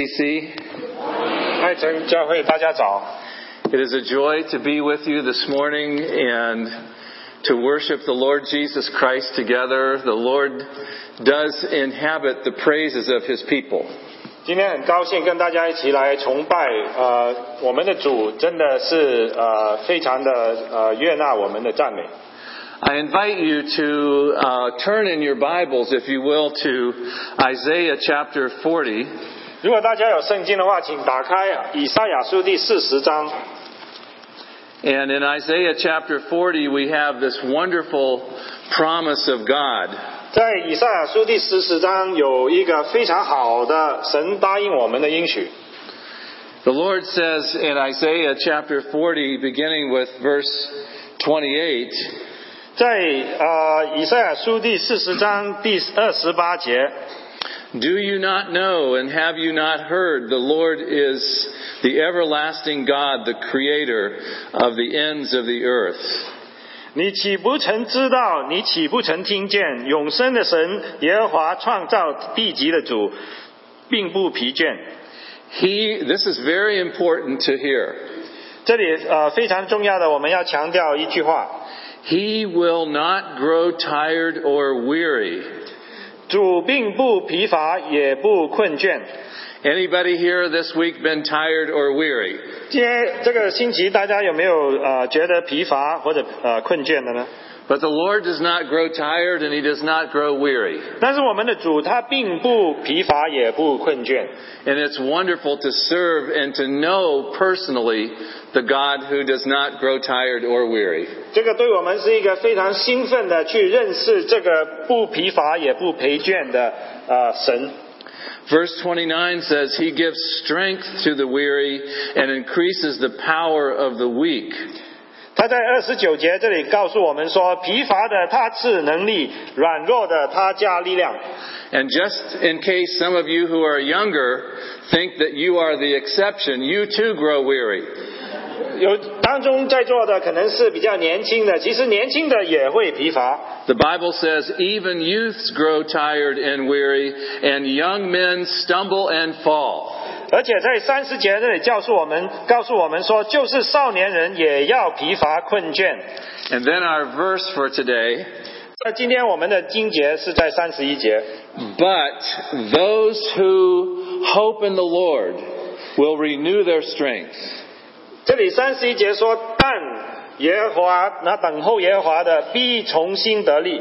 CC. 爱城教会，大家早！ It is a joy to be with you this morning and to worship the Lord Jesus Christ together. The Lord does inhabit the praises of his people. 今天很高兴跟大家一起来崇拜，呃，我们的主真的是呃非常的呃悦纳我们的赞美。 I invite you to uh, turn in your Bibles, if you will, to Isaiah chapter 40. 如果大家有圣经的话，请打开啊以赛亚书第四十章。 And in Isaiah chapter 40, we have this wonderful promise of God. 在以赛亚书第四十章有一个非常好的神答应我们的应许。 The Lord says in Isaiah chapter 40, beginning with verse 28, 在呃以赛亚书第四十章第二十八节， Do you not know and have you not heard? The Lord is the everlasting God, the creator of the ends of the earth. 你岂不曾知道？你岂不曾听见？永生的神耶和华创造地级的主，并不疲倦。 He, this is very important to hear. 这里呃非常重要的，我们要强调一句话： He will not grow tired or weary. 主并不疲乏，也不困倦。 Anybody here this week been tired or weary? 今天这个星期，大家有没有呃觉得疲乏或者呃困倦的呢？ But the Lord does not grow tired and he does not grow weary. 但是我们的主他并不疲乏，也不困倦。 And it's wonderful to serve and to know personally the God who does not grow tired or weary. 这个对我们是一个非常兴奋的去认识这个不疲乏也不疲倦的呃神。 Verse 29 says, He gives strength to the weary and increases the power of the weak. 他在二十九节这里告诉我们说，疲乏的他赐能力，软弱的他加力量。 And just in case some of you who are younger think that you are the exception, you too grow weary. 有当中在座的可能是比较年轻的，其实年轻的也会疲乏。 The Bible says, even youths grow tired and weary, and young men stumble and fall. 而且在三十节这里告诉我们，告诉我们说，就是少年人也要疲乏困倦。 And then our verse for today 那今天我们的经节是在三十一节。 But those who hope in the Lord will renew their strength. 这里三十一节说：“但耶和华那等候耶和华的，必重新得力；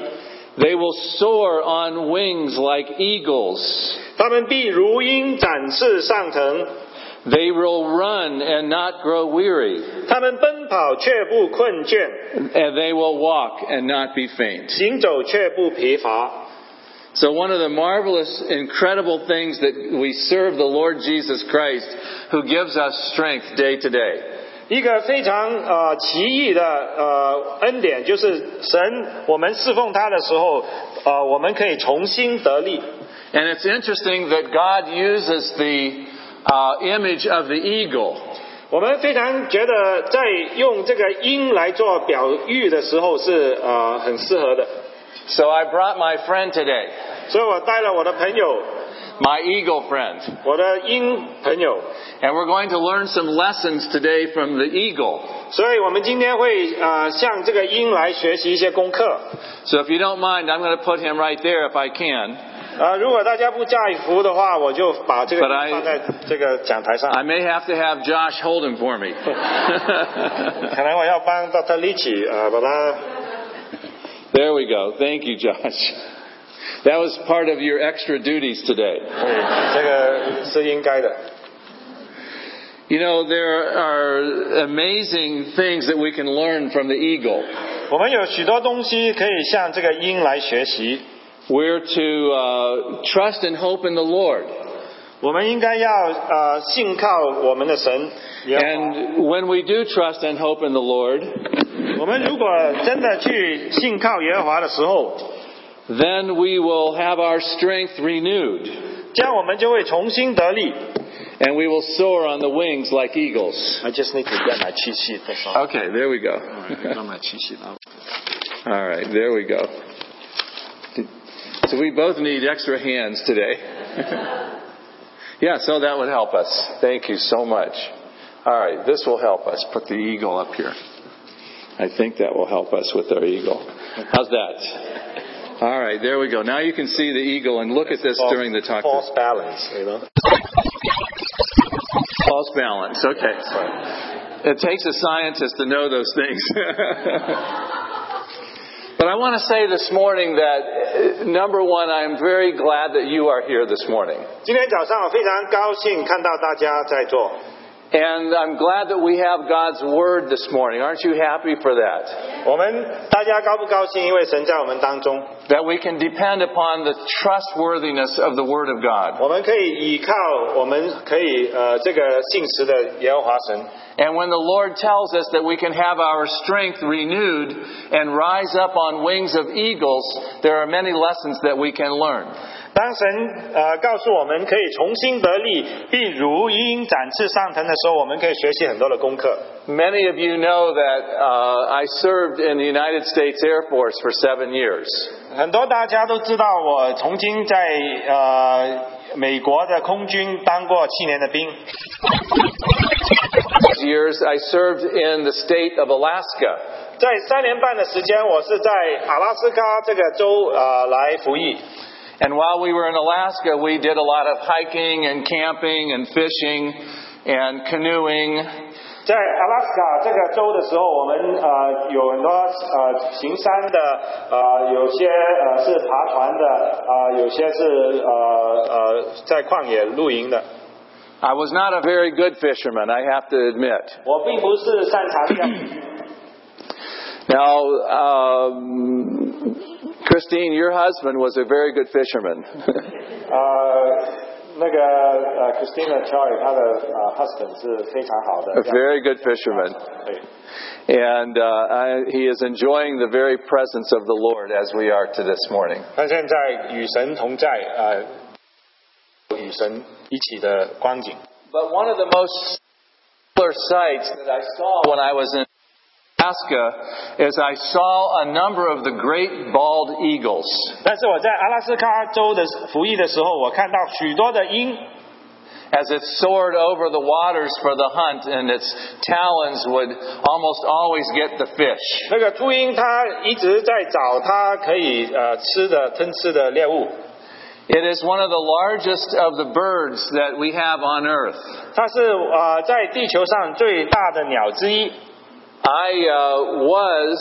They will soar on wings like eagles. 他们必如鹰展翅上腾， They will run and not grow weary, 他们奔跑却不困倦， and they will walk and not be faint. 行走却不疲乏。 So, one of the marvelous, incredible things that we serve the Lord Jesus Christ, who gives us strength day to day. ”一个非常呃奇异的呃恩典，就是神，我们侍奉他的时候，呃，我们可以重新得力。 And it's interesting that God uses the uh, image of the eagle. 我们非常觉得在用这个鹰来做表喻的时候是呃很适合的， So I brought my friend today, 所以我带了我的朋友 my eagle friend, 我的鹰朋友， and we're going to learn some lessons today from the eagle. 所以我们今天会呃向这个鹰来学习一些功课。 So if you don't mind, I'm going to put him right there if I can. 呃，如果大家不在乎的话，我就把这个 But I- 鹰放在这个讲台上。 I may have to have Josh hold him for me. 可能我要帮 Dr. l i c h i 呃把它， there we go. Thank you, Josh. That was part of your extra duties today. 嗯这个是应该的。 You know, there are amazing things that we can learn from the eagle. 我们有许多东西可以向这个鹰来学习， We're to uh, trust and hope in the Lord. 我们应该要呃信靠我们的神。也 And when we do trust and hope in the Lord, 我们如果真的去信靠耶和华的时候， then we will have our strength renewed 这样我们就会重新得力。 and we will soar on the wings like eagles. I just need to get my cheat sheet. That's all. Okay, there we go. All right, there we go. So we both need extra hands today. Yeah, so that would help us. Thank you so much. All right, this will help us. Put the eagle up here. I think that will help us with our eagle. How's that? All right, there we go. Now you can see the eagle and look at this False- during the talk. False balance, you know. False balance. Okay. It takes a scientist to know those things. but I want to say this morning that, uh, number one, I am very glad that you are here this morning. 今天早上我非常高兴看到大家在座， And I'm glad that we have God's Word this morning. Aren't you happy for that? 我们大家高不高兴？因为神在我们当中， That we can depend upon the trustworthiness of the Word of God. 我们可以依靠，我们可以呃这个信实的耶和华神。 And when the Lord tells us that we can have our strength renewed and rise up on wings of eagles, there are many lessons that we can learn. 当神呃告诉我们可以重新得力，并如鹰展翅上腾的时候，我们可以学习很多的功课。 Many of you know that uh, I served in the United States Air Force for seven years. 很多大家都知道，我曾经在呃美国的空军当过七年的兵， Those years I served in the state of Alaska. 在三年半的时间，我是在阿拉斯加这个州呃来服役。 And while we were in Alaska, we did a lot of hiking and camping and fishing and canoeing. 在阿拉斯加这个州的时候，我们呃有很多呃行山的，呃有些呃是爬船的，啊、有些是呃呃在旷野露营的。 I was not a very good fisherman, I have to admit. 我并不是擅长钓鱼。 Now, um, Christine, your husband was a very good fisherman. 呃，那个呃，Christina Choi，她的呃 husband 是呃非常好的 a。very good fisherman. 对 And uh, I, he is enjoying the very presence of the Lord as we are to this morning. 那现在与神同在，呃，与神一起的光景。 But one of the most similar sights that I saw when I was in Alaska is I saw a number of the great bald eagles. 但是我在阿拉斯加州的服役的时候，我看到许多的鹰 As it soared over the waters for the hunt, and its talons would almost always get the fish. 那个秃鹰它一直在找它可以呃吃的吞吃的猎物， It is one of the largest of the birds that we have on earth. 它是呃在地球上最大的鸟之一。 I uh, was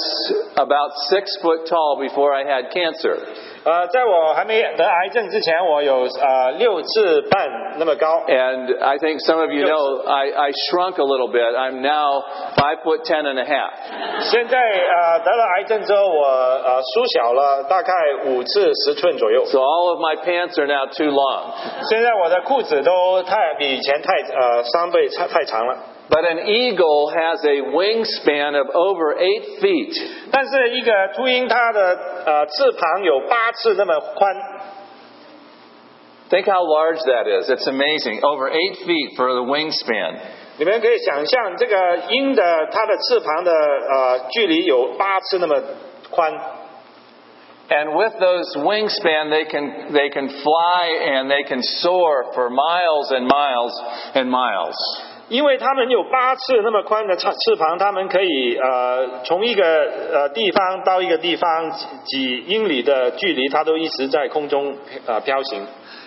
about six foot tall before I had cancer. 呃，在我还没得癌症之前，我有呃六尺半那么高。 And I think some of you Yes. know I, I shrunk a little bit. I'm now five foot ten and a half. 现在呃得了癌症之后，我呃缩小了大概五至十寸左右。 So all of my pants are now too long. 现在我的裤子都太比以前太呃三倍太太长了。 But an eagle has a wingspan of over eight feet. 但是一个秃鹰，它的呃翅膀有八尺那么宽， Think how large that is. It's amazing. Over eight feet for the wingspan. 你们可以想象，这个鹰的它的翅膀的呃距离有八尺那么宽， And with those wingspan, they can, they can fly and they can soar for miles and miles and miles. 因为它们有八尺那么宽的翅翅膀，它们可以呃从一个呃地方到一个地方几几英里的距离，它都一直在空中呃飘行。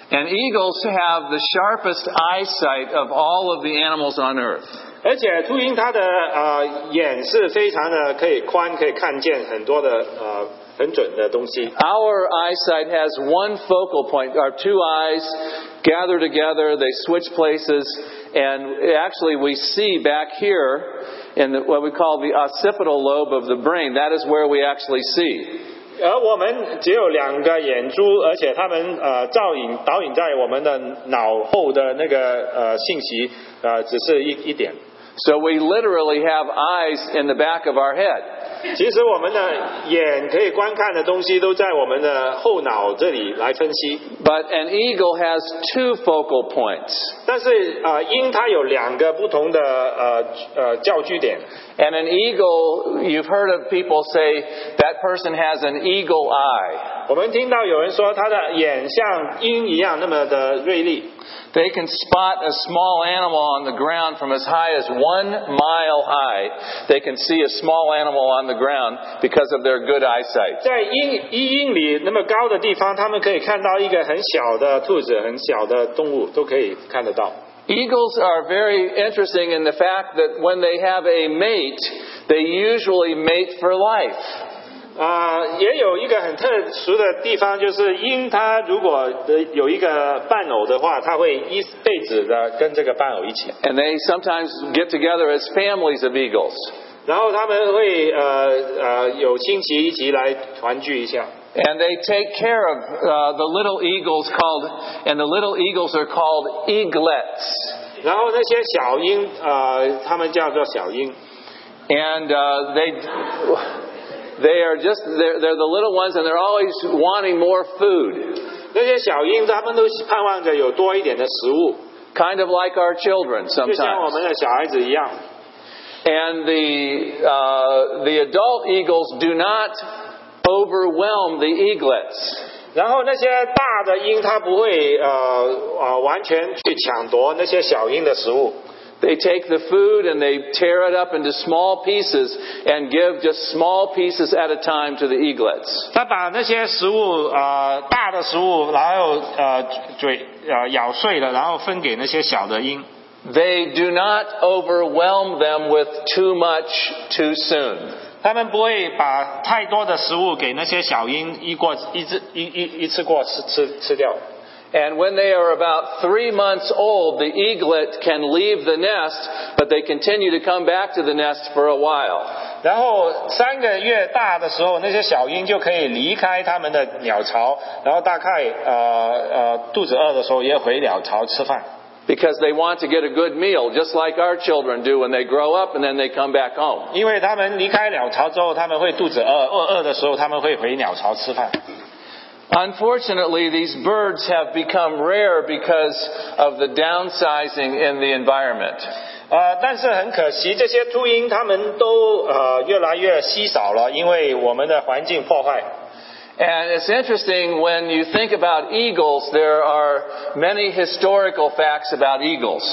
And eagles have the sharpest eyesight of all of the animals on earth. 而且秃鹰它的呃眼是非常的可以宽，可以看见很多的呃很准的东西。 Our eyesight has one focal point. Our two eyes gather together, they switch places, and actually we see back here in the, what we call the occipital lobe of the brain. That is where we actually see. 而我们只有两个眼珠，而且它们呃照影导引在我们的脑后的那个呃信息呃只是一一点。 So we literally have eyes in the back of our head. 其实我们的眼可以观看的东西都在我们的后脑这里来分析， But an eagle has two focal points. 但是啊、呃，因它有两个不同的呃呃教据点， And an eagle, you've heard of people say that person has an eagle eye. 我们听到有人说他的眼像鹰一样那么的锐利， They can spot a small animal on the ground from as high as one mile high. They can see a small animal on the ground because of their good eyesight. 在英一英里那么高的地方，他们可以看到一个很小的兔子、很小的动物都可以看得到。 Eagles are very interesting in the fact that when they have a mate, they usually mate for life. 啊、也有一个很特殊的地方，就是鹰它如果呃有一个伴偶的话，它会一辈子的跟这个伴偶一起， And they sometimes get together as families of eagles. 然后他们会呃呃有亲戚一起来团聚一下。 And they take care of uh, the little eagles called, and the little eagles are called eaglets. 然后那些小鹰，呃，他们叫做小鹰， and uh, they they are just they're, they're the little ones and they're always wanting more food 那些小鹰他们都盼望着有多一点的食物， kind of like our children 就像我 sometimes 们的小孩子一样。 and the uh, the adult eagles do not overwhelm the eaglets 然后那些大的鹰，它不会呃呃完全去抢夺那些小鹰的食物， they take the food and they tear it up into small pieces and give just small pieces at a time to the eaglets 它把那些食物呃大的食物，然后呃嘴呃咬碎了，然后分给那些小的鹰。 they do not overwhelm them with too much too soon 他们不会把太多的食物给那些小鹰一过一次一一一次过吃吃吃掉。 And when they are about three months old, the eaglet can leave the nest, but they continue to come back to the nest for a while. 然后三个月大的时候，那些小鹰就可以离开它们的鸟巢，然后大概呃呃肚子饿的时候也回鸟巢吃饭， Because they want to get a good meal, just like our children do when they grow up and then they come back home. 因为它们离开鸟巢之后，它们会肚子饿，饿饿的时候它们会回鸟巢吃饭。 Unfortunately, these birds have become rare because of the downsizing in the environment. 呃，但是很可惜，这些秃鹰它们都呃越来越稀少了，因为我们的环境破坏。 And it's interesting when you think about eagles, there are many historical facts about eagles.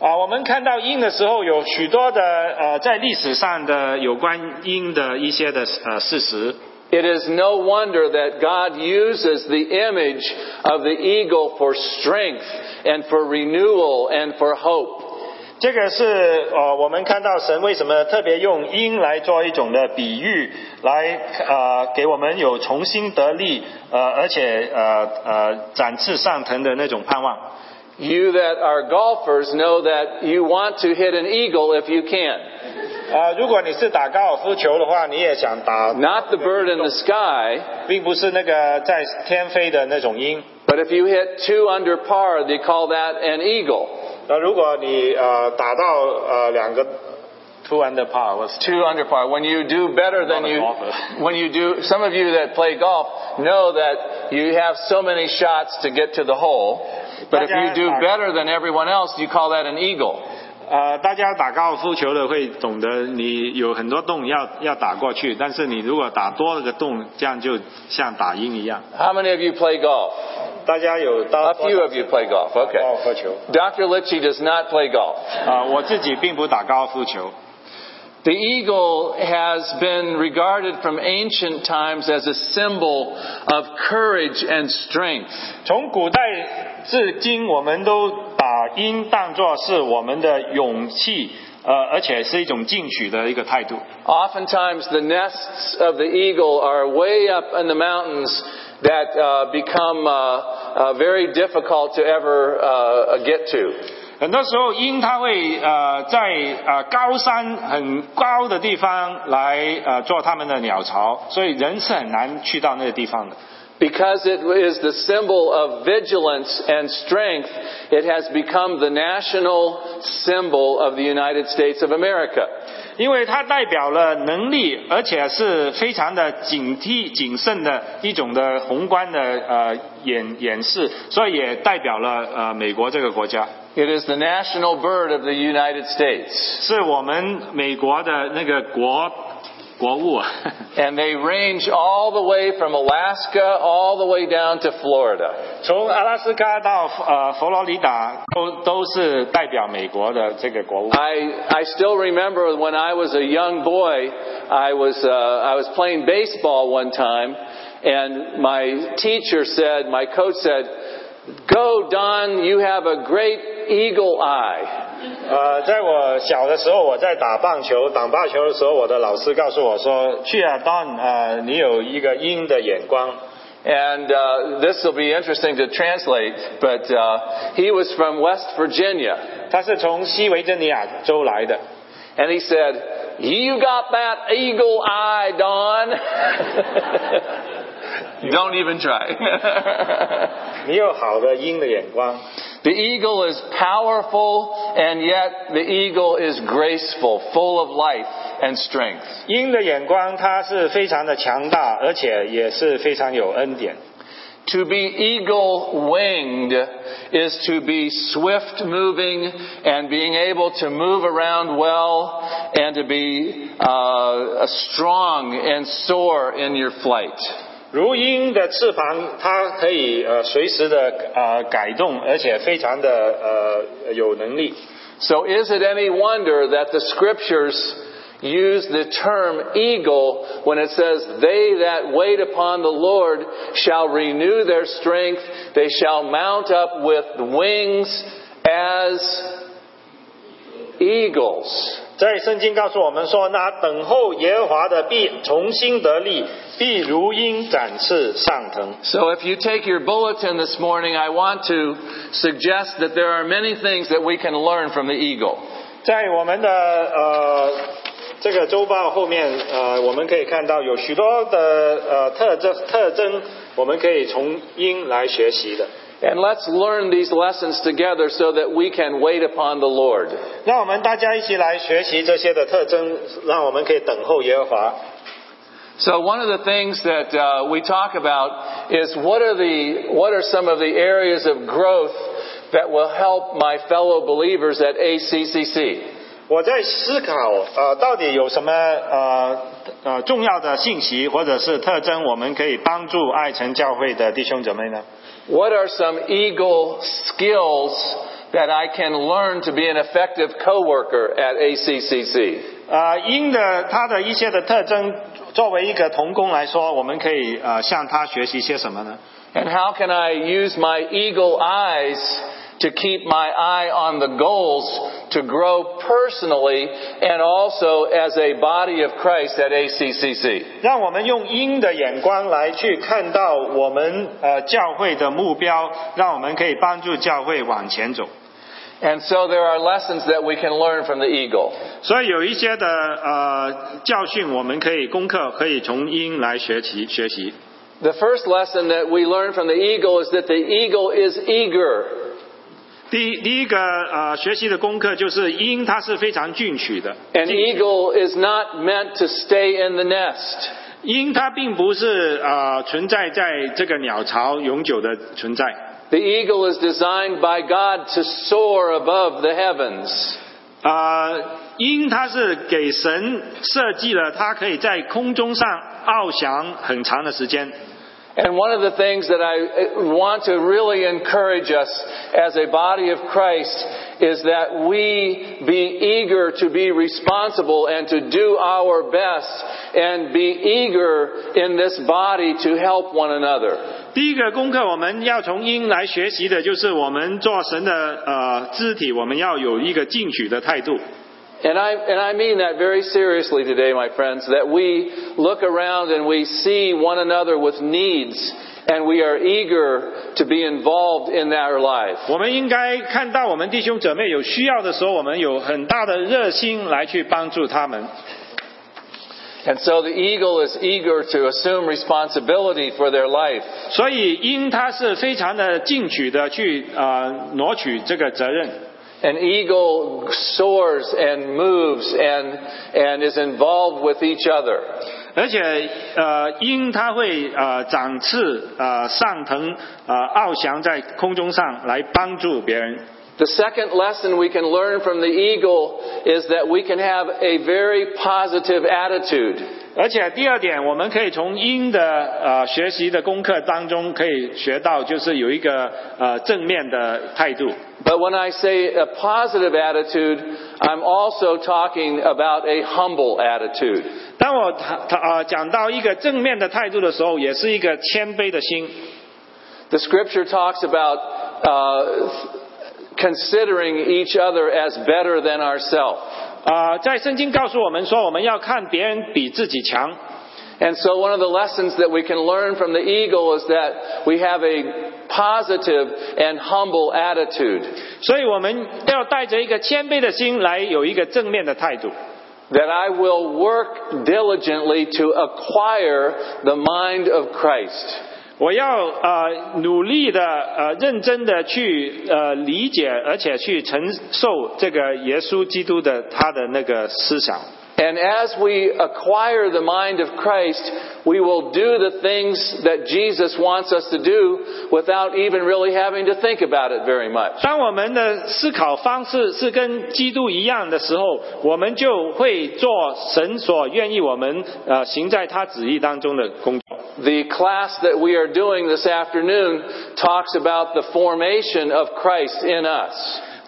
啊、我们看到鹰的时候，有许多的呃，在历史上的有关鹰的一些的呃事实。 It is no wonder that God uses the image of the eagle for strength and for renewal and for hope. 这个是呃，我们看到神为什么特别用鹰来做一种的比喻，来呃给我们有重新得力，呃而且呃呃展翅上腾的那种盼望。 You that are golfers know that you want to hit an eagle if you can. 呃，如果你是打高尔夫球的话，你也想打， Not the bird in the sky, 并不是那个在天飞的那种鹰。 but if you hit two under par, they call that an eagle. 那如果你呃打到呃两个 two under par 或是 Two under par. When you do better than Not a you, golfer. when you do, some of you that play golf know that you have so many shots to get to the hole. But if you do better than everyone else, you call that an eagle. 呃，大家打高尔夫球的会懂得，你有很多洞要要打过去，但是你如果打多了个洞，这样就像打鹰一样。 How many of you play golf? 大家有到 A few of you play golf. 打高尔 Okay. 夫球 Dr. Litchie does not play golf. 啊、我自己并不打高尔夫球。 The eagle has been regarded from ancient times as a symbol of courage and strength. 从古代至今，我们都把鹰当作是我们的勇气，呃，而且是一种进取的一个态度。 Oftentimes, the nests of the eagle are way up in the mountains that uh, become uh, uh, very difficult to ever uh, get to. 很多时候，鹰它会呃在呃高山很高的地方来呃做它们的鸟巢，所以人是很难去到那个地方的。 Because it is the symbol of vigilance and strength, it has become the national symbol of the United States of America. 因为它代表了能力，而且是非常的警惕、谨慎的一种的宏观的呃演演示，所以也代表了呃美国这个国家， It is the national bird of the United States. 是我们美国的那个国啊国物， And they range all the way from Alaska all the way down to Florida. 从阿拉斯加到呃佛罗里达都呃都是代表美国的这个国物。 I, I still remember when I was a young boy, I was, uh, I was playing baseball one time, and my teacher said, my coach said, Go, Don, you have a great eagle eye. 呃，在我小的时候，我在打棒球、打棒球的时候，我的老师告诉我说：“去啊，Don，呃，你有一个鹰的眼光。 And uh, this will be interesting to translate, but uh, he was from West Virginia. ”他是从西维珍尼亚州来的。 And he said, You got that eagle eye, Don. Don't even try. 你有好的鹰的眼光。 the eagle is powerful, and yet the eagle is graceful, full of life and strength. 鹰的眼光，它是非常的强大，而且也是非常有恩典。 To be eagle winged is to be swift moving and being able to move around well and to be uh, strong and soar in your flight. 如鹰的翅膀，它可以呃随时的呃改动，而且非常的呃有能力。 So, is it any wonder that the scriptures use the term eagle when it says, They that wait upon the Lord shall renew their strength, they shall mount up with wings as eagles? 在圣经告诉我们说，那等候耶和华的必重新得力，必如鹰展翅上腾。 So, if you take your bulletin this morning, I want to suggest that there are many things that we can learn from the eagle. 在我们的呃这个周报后面，呃，我们可以看到有许多的呃特征特征，我们可以从鹰来学习的。 And let's learn these lessons together so that we can wait upon the Lord. 让我们大家一起来学习这些的特征，让我们可以等候耶和华。 So one of the things that uh, we talk about is what are the what are some of the areas of growth that will help my fellow believers at ACCC. 我在思考，呃，到底有什么呃呃重要的信息或者是特征，我们可以帮助爱城教会的弟兄姊妹呢？ What are some eagle skills that I can learn to be an effective coworker at ACCC? 啊、鹰的它的一些的特征，作为一个童工来说，我们可以呃向他学习些什么呢？ And how can I use my eagle eyes to keep my eye on the goals to grow personally and also as a body of Christ at ACCC? 让我们用鹰的眼光来去看到我们呃教会的目标，让我们可以帮助教会往前走。 And so there are lessons that we can learn from the eagle. 所以有一些的呃教训，我们可以功课可以从鹰来学习学习。 The first lesson that we learn from the eagle is that the eagle is eager. 第一第一个呃学习的功课就是鹰，它是非常进取的。 An eagle is not meant to stay in the nest. 鹰它并不是呃存在在这个鸟巢永久的存在。 The eagle is designed by God to soar above the heavens. 呃，鹰它是给神设计了，它可以在空中上翱翔很长的时间。 And one of the things that I eh, want to really encourage us as a body of Christ is that we be eager to be responsible and to do our best and be eager in this body to help one another. 第一个功课，我们要从鹰来学习的，就是我们做神的呃肢体，我们要有一个进取的态度。 And I, and I mean that very seriously today, my friends, that we look around and we see one another with needs and we are eager to be involved in our life. 我们应该看到我们弟兄姊妹有需要的时候，我们有很大的热心来去帮助他们。 And so the eagle is eager to assume responsibility for their life. 所以鹰它是非常的进取的去呃挪取这个责任。 An eagle soars and moves and, and is involved with each other. 而且，呃，鹰它会呃展翅呃上腾呃翱翔在空中上来帮助别人。 The second lesson we can learn from the eagle is that we can have a very positive attitude. 而且第二点，我们可以从鹰的呃学习的功课当中可以学到，就是有一个呃正面的态度。 But when I say a positive attitude, I'm also talking about a humble attitude. 当我谈谈啊讲到一个正面的态度的时候，也是一个谦卑的心。 The scripture talks about uh, considering each other as better than ourselves. 啊、在圣经告诉我们说，我们要看别人比自己强。 And so one of the lessons that we can learn from the eagle is that we have a positive and humble attitude. 所以我们要带着一个谦卑的心来有一个正面的态度。 That I will work diligently to acquire the mind of Christ. 我要呃努力的呃认真的去呃理解，而且去承受这个耶稣基督的他的那个思想。 And as we acquire the mind of Christ, we will do the things that Jesus wants us to do without even really having to think about it very much. 当我们的思考方式是跟基督一样的时候，我们就会做神所愿意我们呃行在他旨意当中的工作。 The class that we are doing this afternoon talks about the formation of Christ in us.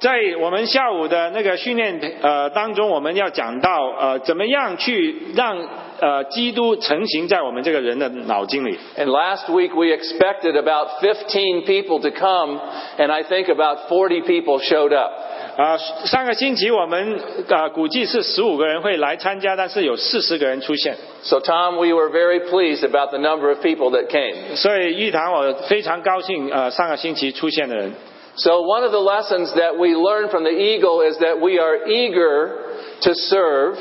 在我们下午的那个训练呃当中，我们要讲到呃怎么样去让呃基督成型在我们这个人的脑筋里。 And last week we expected about 15 people to come, and I think about 40 people showed up. 啊、上个星期我们啊、呃估计是十五个人会来参加，但是有四十个人出现， So, Tom, we were very pleased about the number of people that came. 所以玉堂我非常高兴呃上个星期出现的人。 So, one of the lessons that we learned from the eagle is that we are eager to serve,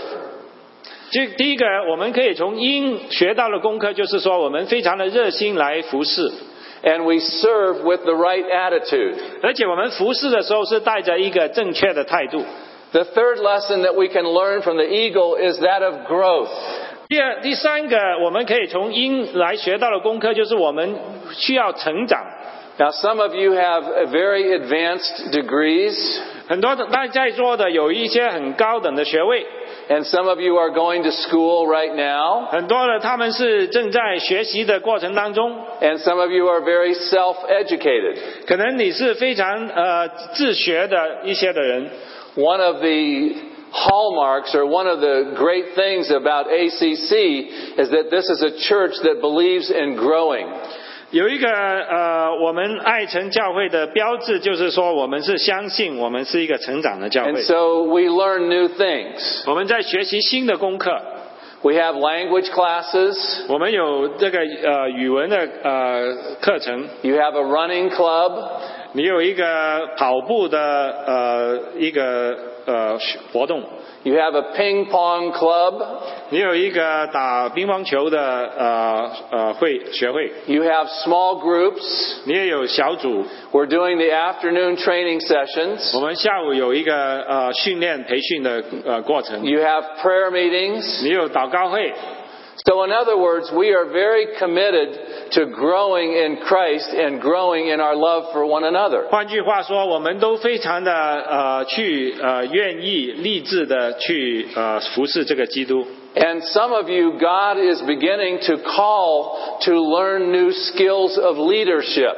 这第一个，我们可以从鹰学到的功课就是说，我们非常的热心来服侍， and we serve with the right attitude. 而且我们服侍的时候是带着一个正确的态度。 The third lesson that we can learn from the eagle is that of growth. 第二、第三个，我们可以从鹰来学到的功课就是我们需要成长。 Now, some of you have very advanced degrees, 很多的大家在座的有一些很高等的学位， and some of you are going to school right now. 很多的他们是正在学习的过程当中， And some of you are very self educated. 可能你是非常呃自学的一些的人。 One of the hallmarks or one of the great things about ACC is that this is a church that believes in growing. 有一个呃，我们爱城教会的标志就是说，我们是相信我们是一个成长的教会 And，so we learn new things. 我们在学习新的功课， We have language classes, 我们有这个呃语文的呃课程， you have a running club, 你有一个跑步的呃一个呃活动， you have a ping pong club, 你有一个打乒乓球的呃呃会学会， you have small groups. 你也有小组， We're doing the afternoon training 我 sessions. 们下午有一个呃训练培训的呃过程， You have prayer meetings. 你有祷告会。 So, in other words, we are very committed to growing in Christ and growing in our love for one another. 换句话说，我们都非常的呃去呃愿意立志的去呃服侍这个基督。 And some of you, God is beginning to call to learn new skills of leadership.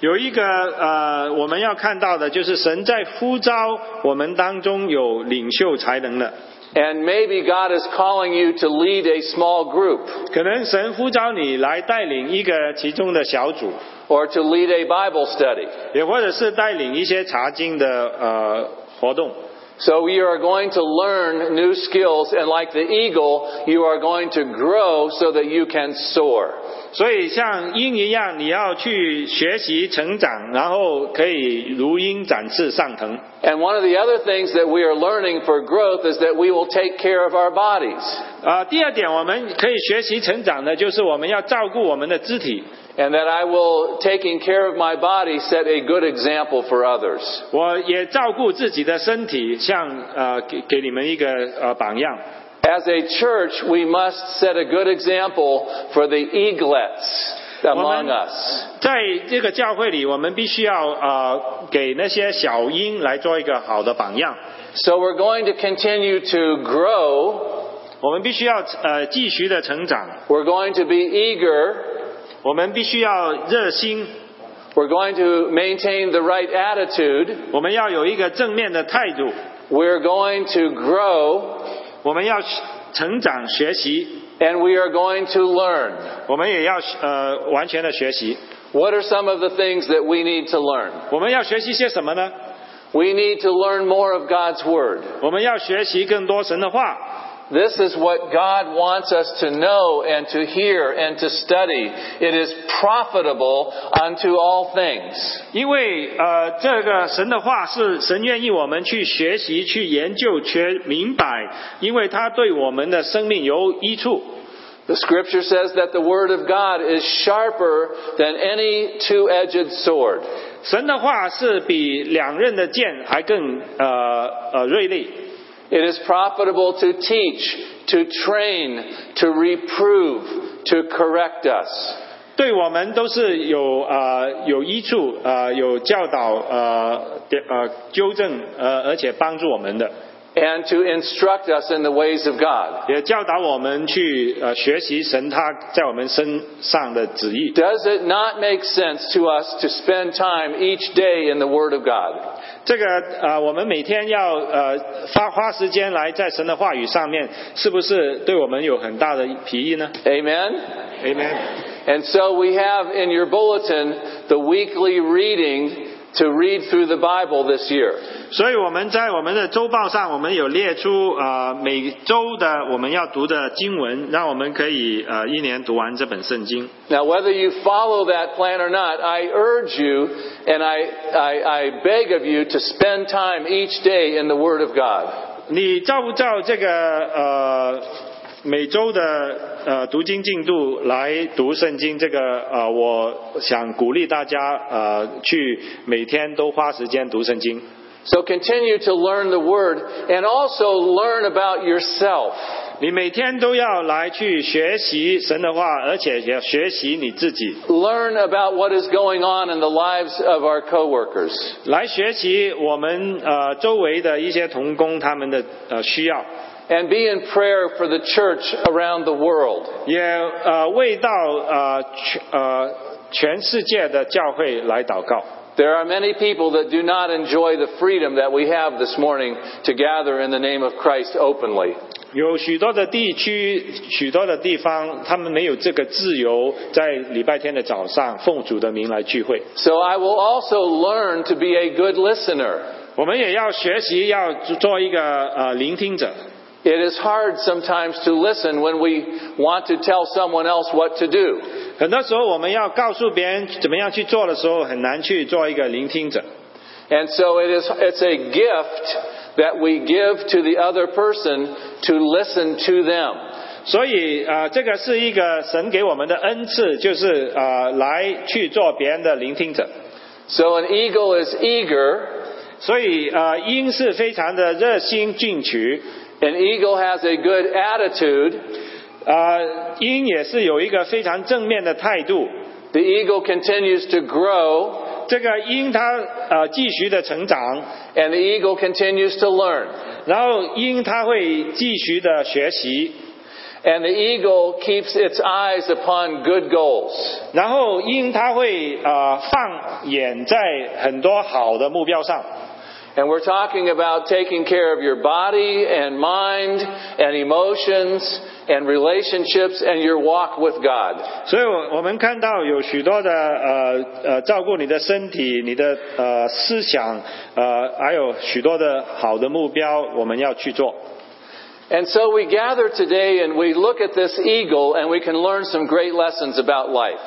有一个呃我们要看到的就是神在呼召我们当中有领袖才能的。 And maybe God is calling you to lead a small group 可能神呼召你来带领一个其中的小组， or to lead a Bible study. 也或者是带领一些查经的呃活动。 So you are going to learn new skills and like the eagle, you are going to grow so that you can soar. 所以像鹰一样，你要去学习成长，然后可以如鹰展翅上腾。 And one of the other things that we are learning for growth is that we will take care of our bodies. 啊，第二点，我们可以学习成长的，就是我们要照顾我们的肢体。 And that I will, taking care of my body, set a good example for others. 我也照顾自己的身体，像呃，给给你们一个呃榜样。 As a church, we must set a good example for the eaglets among Woman. us. 在这个教会里，我们必须要呃给那些小鹰来做一个好的榜样。 So we're going to continue to grow 我们必须要呃继续的成长， We're going to be eager. 我们必须要热心， We're going to maintain the right attitude. 我们要有一个正面的态度， We're going to grow 我们要成长学习， and we are going to learn. 我们也要呃完全的学习。 What are some of the things that we need to learn? 我们要学习些什么呢？ We need to learn more of God's Word. 我们要学习更多神的话， This is what God wants us to know and to hear and to study. It is profitable unto all things. 因为呃，这个神的话是神愿意我们去学习、去研究、去明白，因为它对我们的生命有益处。 The scripture says that the Word of God is sharper than any two-edged sword. 神的话是比两刃的剑还更呃呃锐利， It is profitable to teach, to train, to reprove, to correct us. 对我们都是有呃有益处呃有教导呃呃纠正呃而且帮助我们的， and to instruct us in the ways of God. 也教导我们去呃学习神他在我们身上的旨意。 Does it not make sense to us to spend time each day in the Word of God? 这个呃，我们每天要呃花花时间来在神的话语上面，是不是对我们有很大的裨益呢 Amen? ？Amen。 And so we have in your bulletin the weekly reading to read through the Bible this year. 所以我们在我们的周报上，我们有列出呃每周的我们要读的经文，让我们可以呃一年读完这本圣经。 Now, whether you follow that plan or not, I urge you and I, I, I beg of you to spend time each day in the Word of God. 你照不照这个呃每周的呃读经进度来读圣经？这个呃，我想鼓励大家呃去每天都花时间读圣经。 So continue to learn the Word and also learn about yourself. 你每天都要来去学习神的话，而且也学习你自己， learn about what is going on in the lives of our coworkers. 来学习我们呃周围的一些童工他们的呃需要， And be in prayer for the church around the world. 也呃为到呃全呃全世界的教会来祷告。 There are many people that do not enjoy the freedom that we have this morning to gather in the name of Christ openly. 有许多的地区、许多的地方，他们没有这个自由，在礼拜天的早上奉主的名来聚会。 So I will also learn to be a good listener. 我们也要学习，要做一个呃聆听者。 It is hard sometimes to listen when we want to tell someone else what to do. 很多时候我们要告诉别人怎么样去做的时候，很难去做一个聆听者。 And so it is, it's a gift that we give to the other person to listen to them. 所以啊、呃这个是一个神给我们的恩赐，就是啊、呃来去做别人的聆听者。 So an eagle is eager. 所以啊、呃鹰是非常的热心进取， An eagle has a good attitude. 啊、鹰也是有一个非常正面的态度。 The eagle continues to grow 这个鹰它呃继续的成长， and the eagle continues to learn. 然后鹰它会继续的学习， And the eagle keeps its eyes upon good goals. 然后鹰它会呃放眼在很多好的目标上。 And we're talking about taking care of your body and mind and emotions and relationships and your walk with God. 所以，我我们看到有许多的呃呃，照顾你的身体、你的呃思想，呃，还有许多的好的目标，我们要去做。 And so we gather today and we look at this eagle and we can learn some great lessons about life.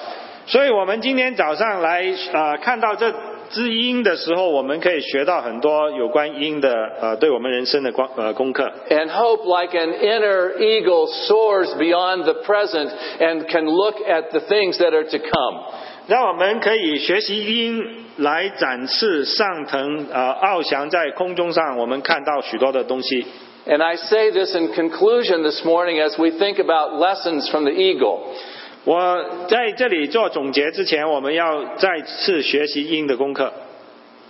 所以我们今天早上来呃看到这只鹰的时候，我们可以学到很多有关鹰的呃对我们人生的光呃功课。 And hope, like an inner eagle, soars beyond the present and can look at the things that are to come. 让我们可以学习鹰来展示上腾呃翱翔在空中上，我们看到许多的东西。 And I say this in conclusion this morning as we think about lessons from the eagle. 我在这里做总结之前，我们要再次学习鹰的功课，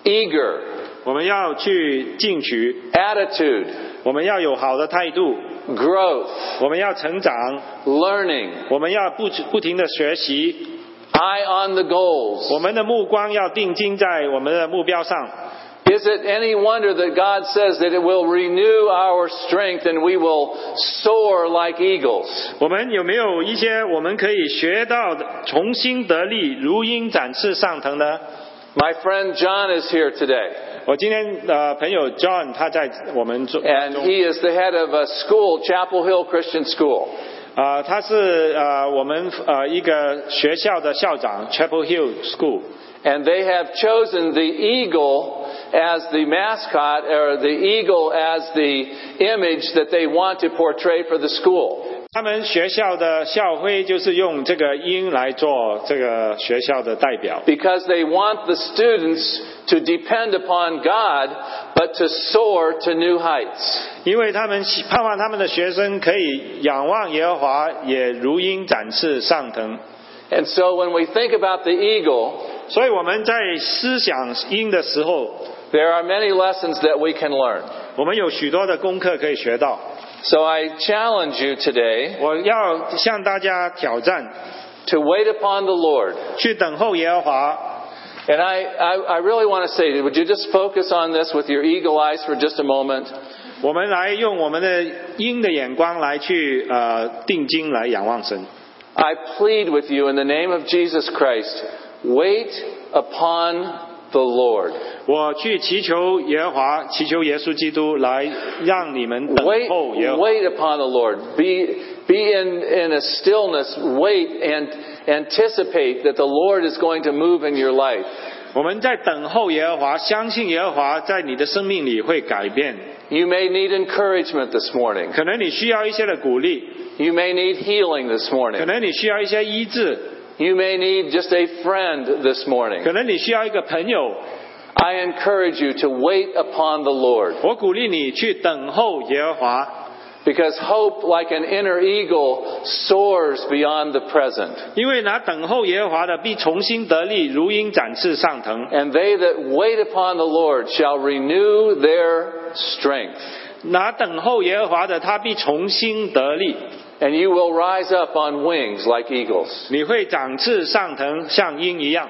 Eager, 我们要去进取， attitude, 我们要有好的态度， growth, 我们要成长， learning, 我们要不不停的学习， eye on the goals. 我们的目光要定睛在我们的目标上。 Is it any wonder that God says that it will renew our strength and we will soar like eagles? 我们有没有一些我们可以学到的重新得力，如鹰展翅上腾呢？ My friend John is here today, 我今天呃，朋友 John 他在我们中 and 中 he is the head of a school, Chapel Hill Christian School. 啊、他是呃我们呃一个学校的校长 Chapel Hill School。 And they have chosen the eagle as the mascot, or the eagle as the image that they want to portray for the school. 他们学校的校徽就是用这个鹰来做这个学校的代表， Because they want the students to depend upon God, but to soar to new heights. 因为他们希盼望他们的学生可以仰望耶和华，也如鹰展翅上腾。 And so when we think about the eagle, 所以我们在思想鹰的时候， there are many lessons that we can learn. 我们有许多的功课可以学到。 So I challenge you today 我要向大家挑战， to wait upon the Lord. 去等候耶和华， And I, I, I really want to say, would you just focus on this with your eagle eyes for just a moment? 我们来用我们的鹰的眼光来去呃定睛来仰望神。 I plead with you in the name of Jesus Christ, wait upon the Lord. 我去祈求耶和华，祈求耶稣基督来让你们等 Wait, 候耶和华。 wait upon the Lord. Be, be in, in a stillness, wait and anticipate that the Lord is going to move in your life. 我们在等候耶和华，相信耶和华在你的生命里会改变。 You may need encouragement this morning. 可能你需要一些的鼓励， You may need healing this 可 morning. 能你需要一些医治， You may need just a friend this morning. 可能你需要一个朋友。 I encourage you to wait upon the Lord 我鼓励你去等候耶和华， because hope, like an inner eagle, soars beyond the present. 因为拿等候耶和华的必重新得力，如鹰展翅上腾。 And they that wait upon the Lord shall renew their strength. 拿等候耶和华的，他必重新得力。 And you will rise up on wings like eagles. 你会展翅上腾，像鹰一样。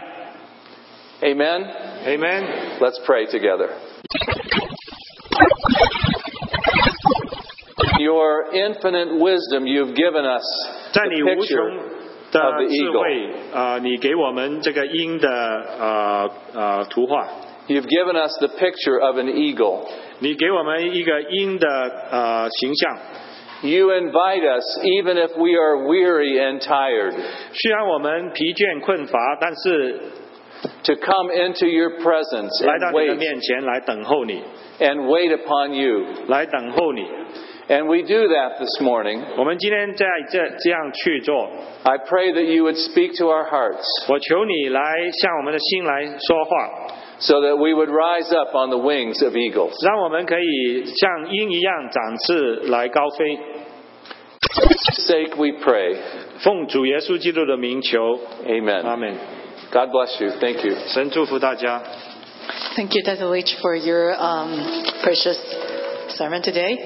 Amen? Amen。 Let's pray together. Your infinite wisdom you've given us 在你 the 无穷 picture 的 the 智 eagle. 慧，呃，你给我们这个鹰的呃呃图画， You've given us the picture of an eagle. 你给我们一个鹰的呃形象。 You invite us, even if we are weary and tired, 虽然我们疲倦困乏，但是 to come into your presence 来到 and 你的 wait 面前来等候你， and wait upon you. 来等候你。 And we do that this morning. 我们今天在这这样去做， I pray that you would speak to our hearts 我求你来向我们的心来说话， so that we would rise up on the wings of eagles. 让我们可以像鹰一样展翅来高飞。 For his sake we pray. 奉主耶稣基督的名求，阿 Amen. 门。 God bless you. Thank you. 神祝福大家。 Thank you, Dr. Leach, for your um, precious sermon today.